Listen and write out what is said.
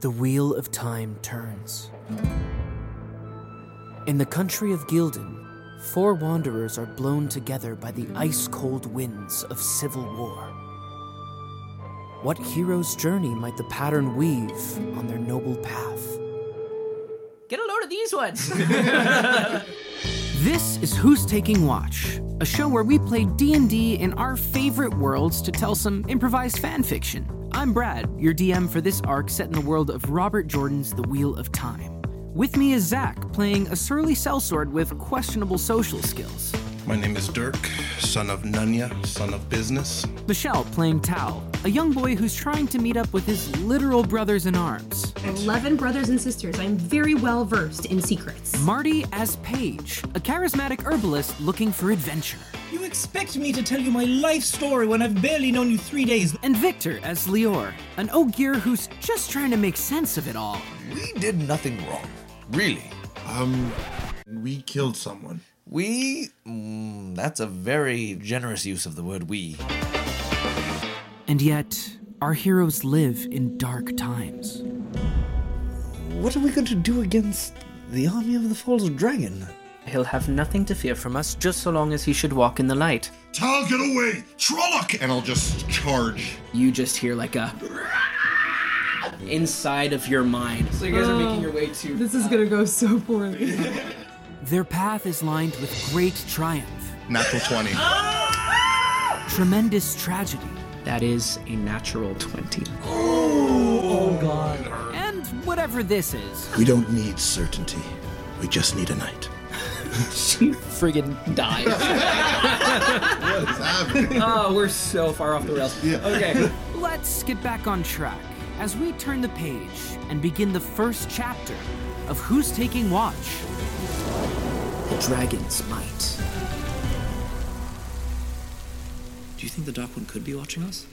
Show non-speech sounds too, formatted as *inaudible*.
the wheel of time turns. In the country of Gildan, four wanderers are blown together by the ice cold winds of civil war. What hero's journey might the pattern weave on their noble path? Get a load of these ones. This is Who's Taking Watch, a show where we play D&D in our favorite worlds to tell some improvised fan fiction. I'm Brad, your DM for this arc set in the world of Robert Jordan's The Wheel of Time. With me is Zach, playing a surly sellsword with questionable social skills. My name is Dirk, son of Nunya, son of business. Michelle, playing Tal, a young boy who's trying to meet up with his literal brothers in arms. 11 brothers and sisters. I'm very well versed in secrets. Marty as Paige, a charismatic herbalist looking for adventure. You expect me to tell you my life story when I've barely known you three days? And Victor as Lior, an Ogier who's just trying to make sense of it all. We did nothing wrong. Really. We killed someone. We. Mm, that's a very generous use of the word we. And yet, our heroes live in dark times. What are we going to do against the army of the Falls Dragon? He'll have nothing to fear from us just so long as he should walk in the light. Tal, get away! Trolloc! And I'll just charge. You just hear like a inside of your mind. So you guys are making your way to This is gonna go so poorly. Their path is lined with great triumph, Natural 20. tremendous tragedy, That is a natural 20. and whatever this is. *laughs* We don't need certainty. We just need a night. Friggin' die. oh, we're so far off the rails. Okay. Let's get back on track as we turn the page and begin the first chapter of Who's Taking Watch. The dragon's might. Do you think the Dark One could be watching us?